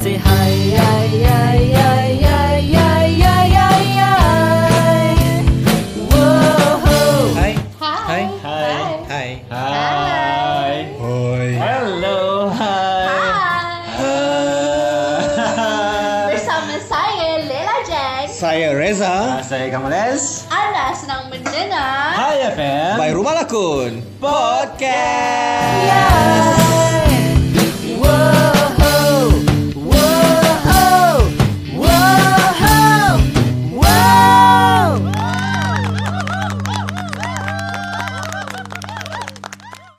say hi, hi, hi, hi, hi, hi, hi, hi, hi. Whoa. Hai. Hai. Hai. Hai. Hai. Hoi. Halo. Hai. Bersama saya Lela Jen. Saya Reza Saya Kamales. Anda sedang mendengar Hai FM. by Rumah Lakun Podcast. Whoa.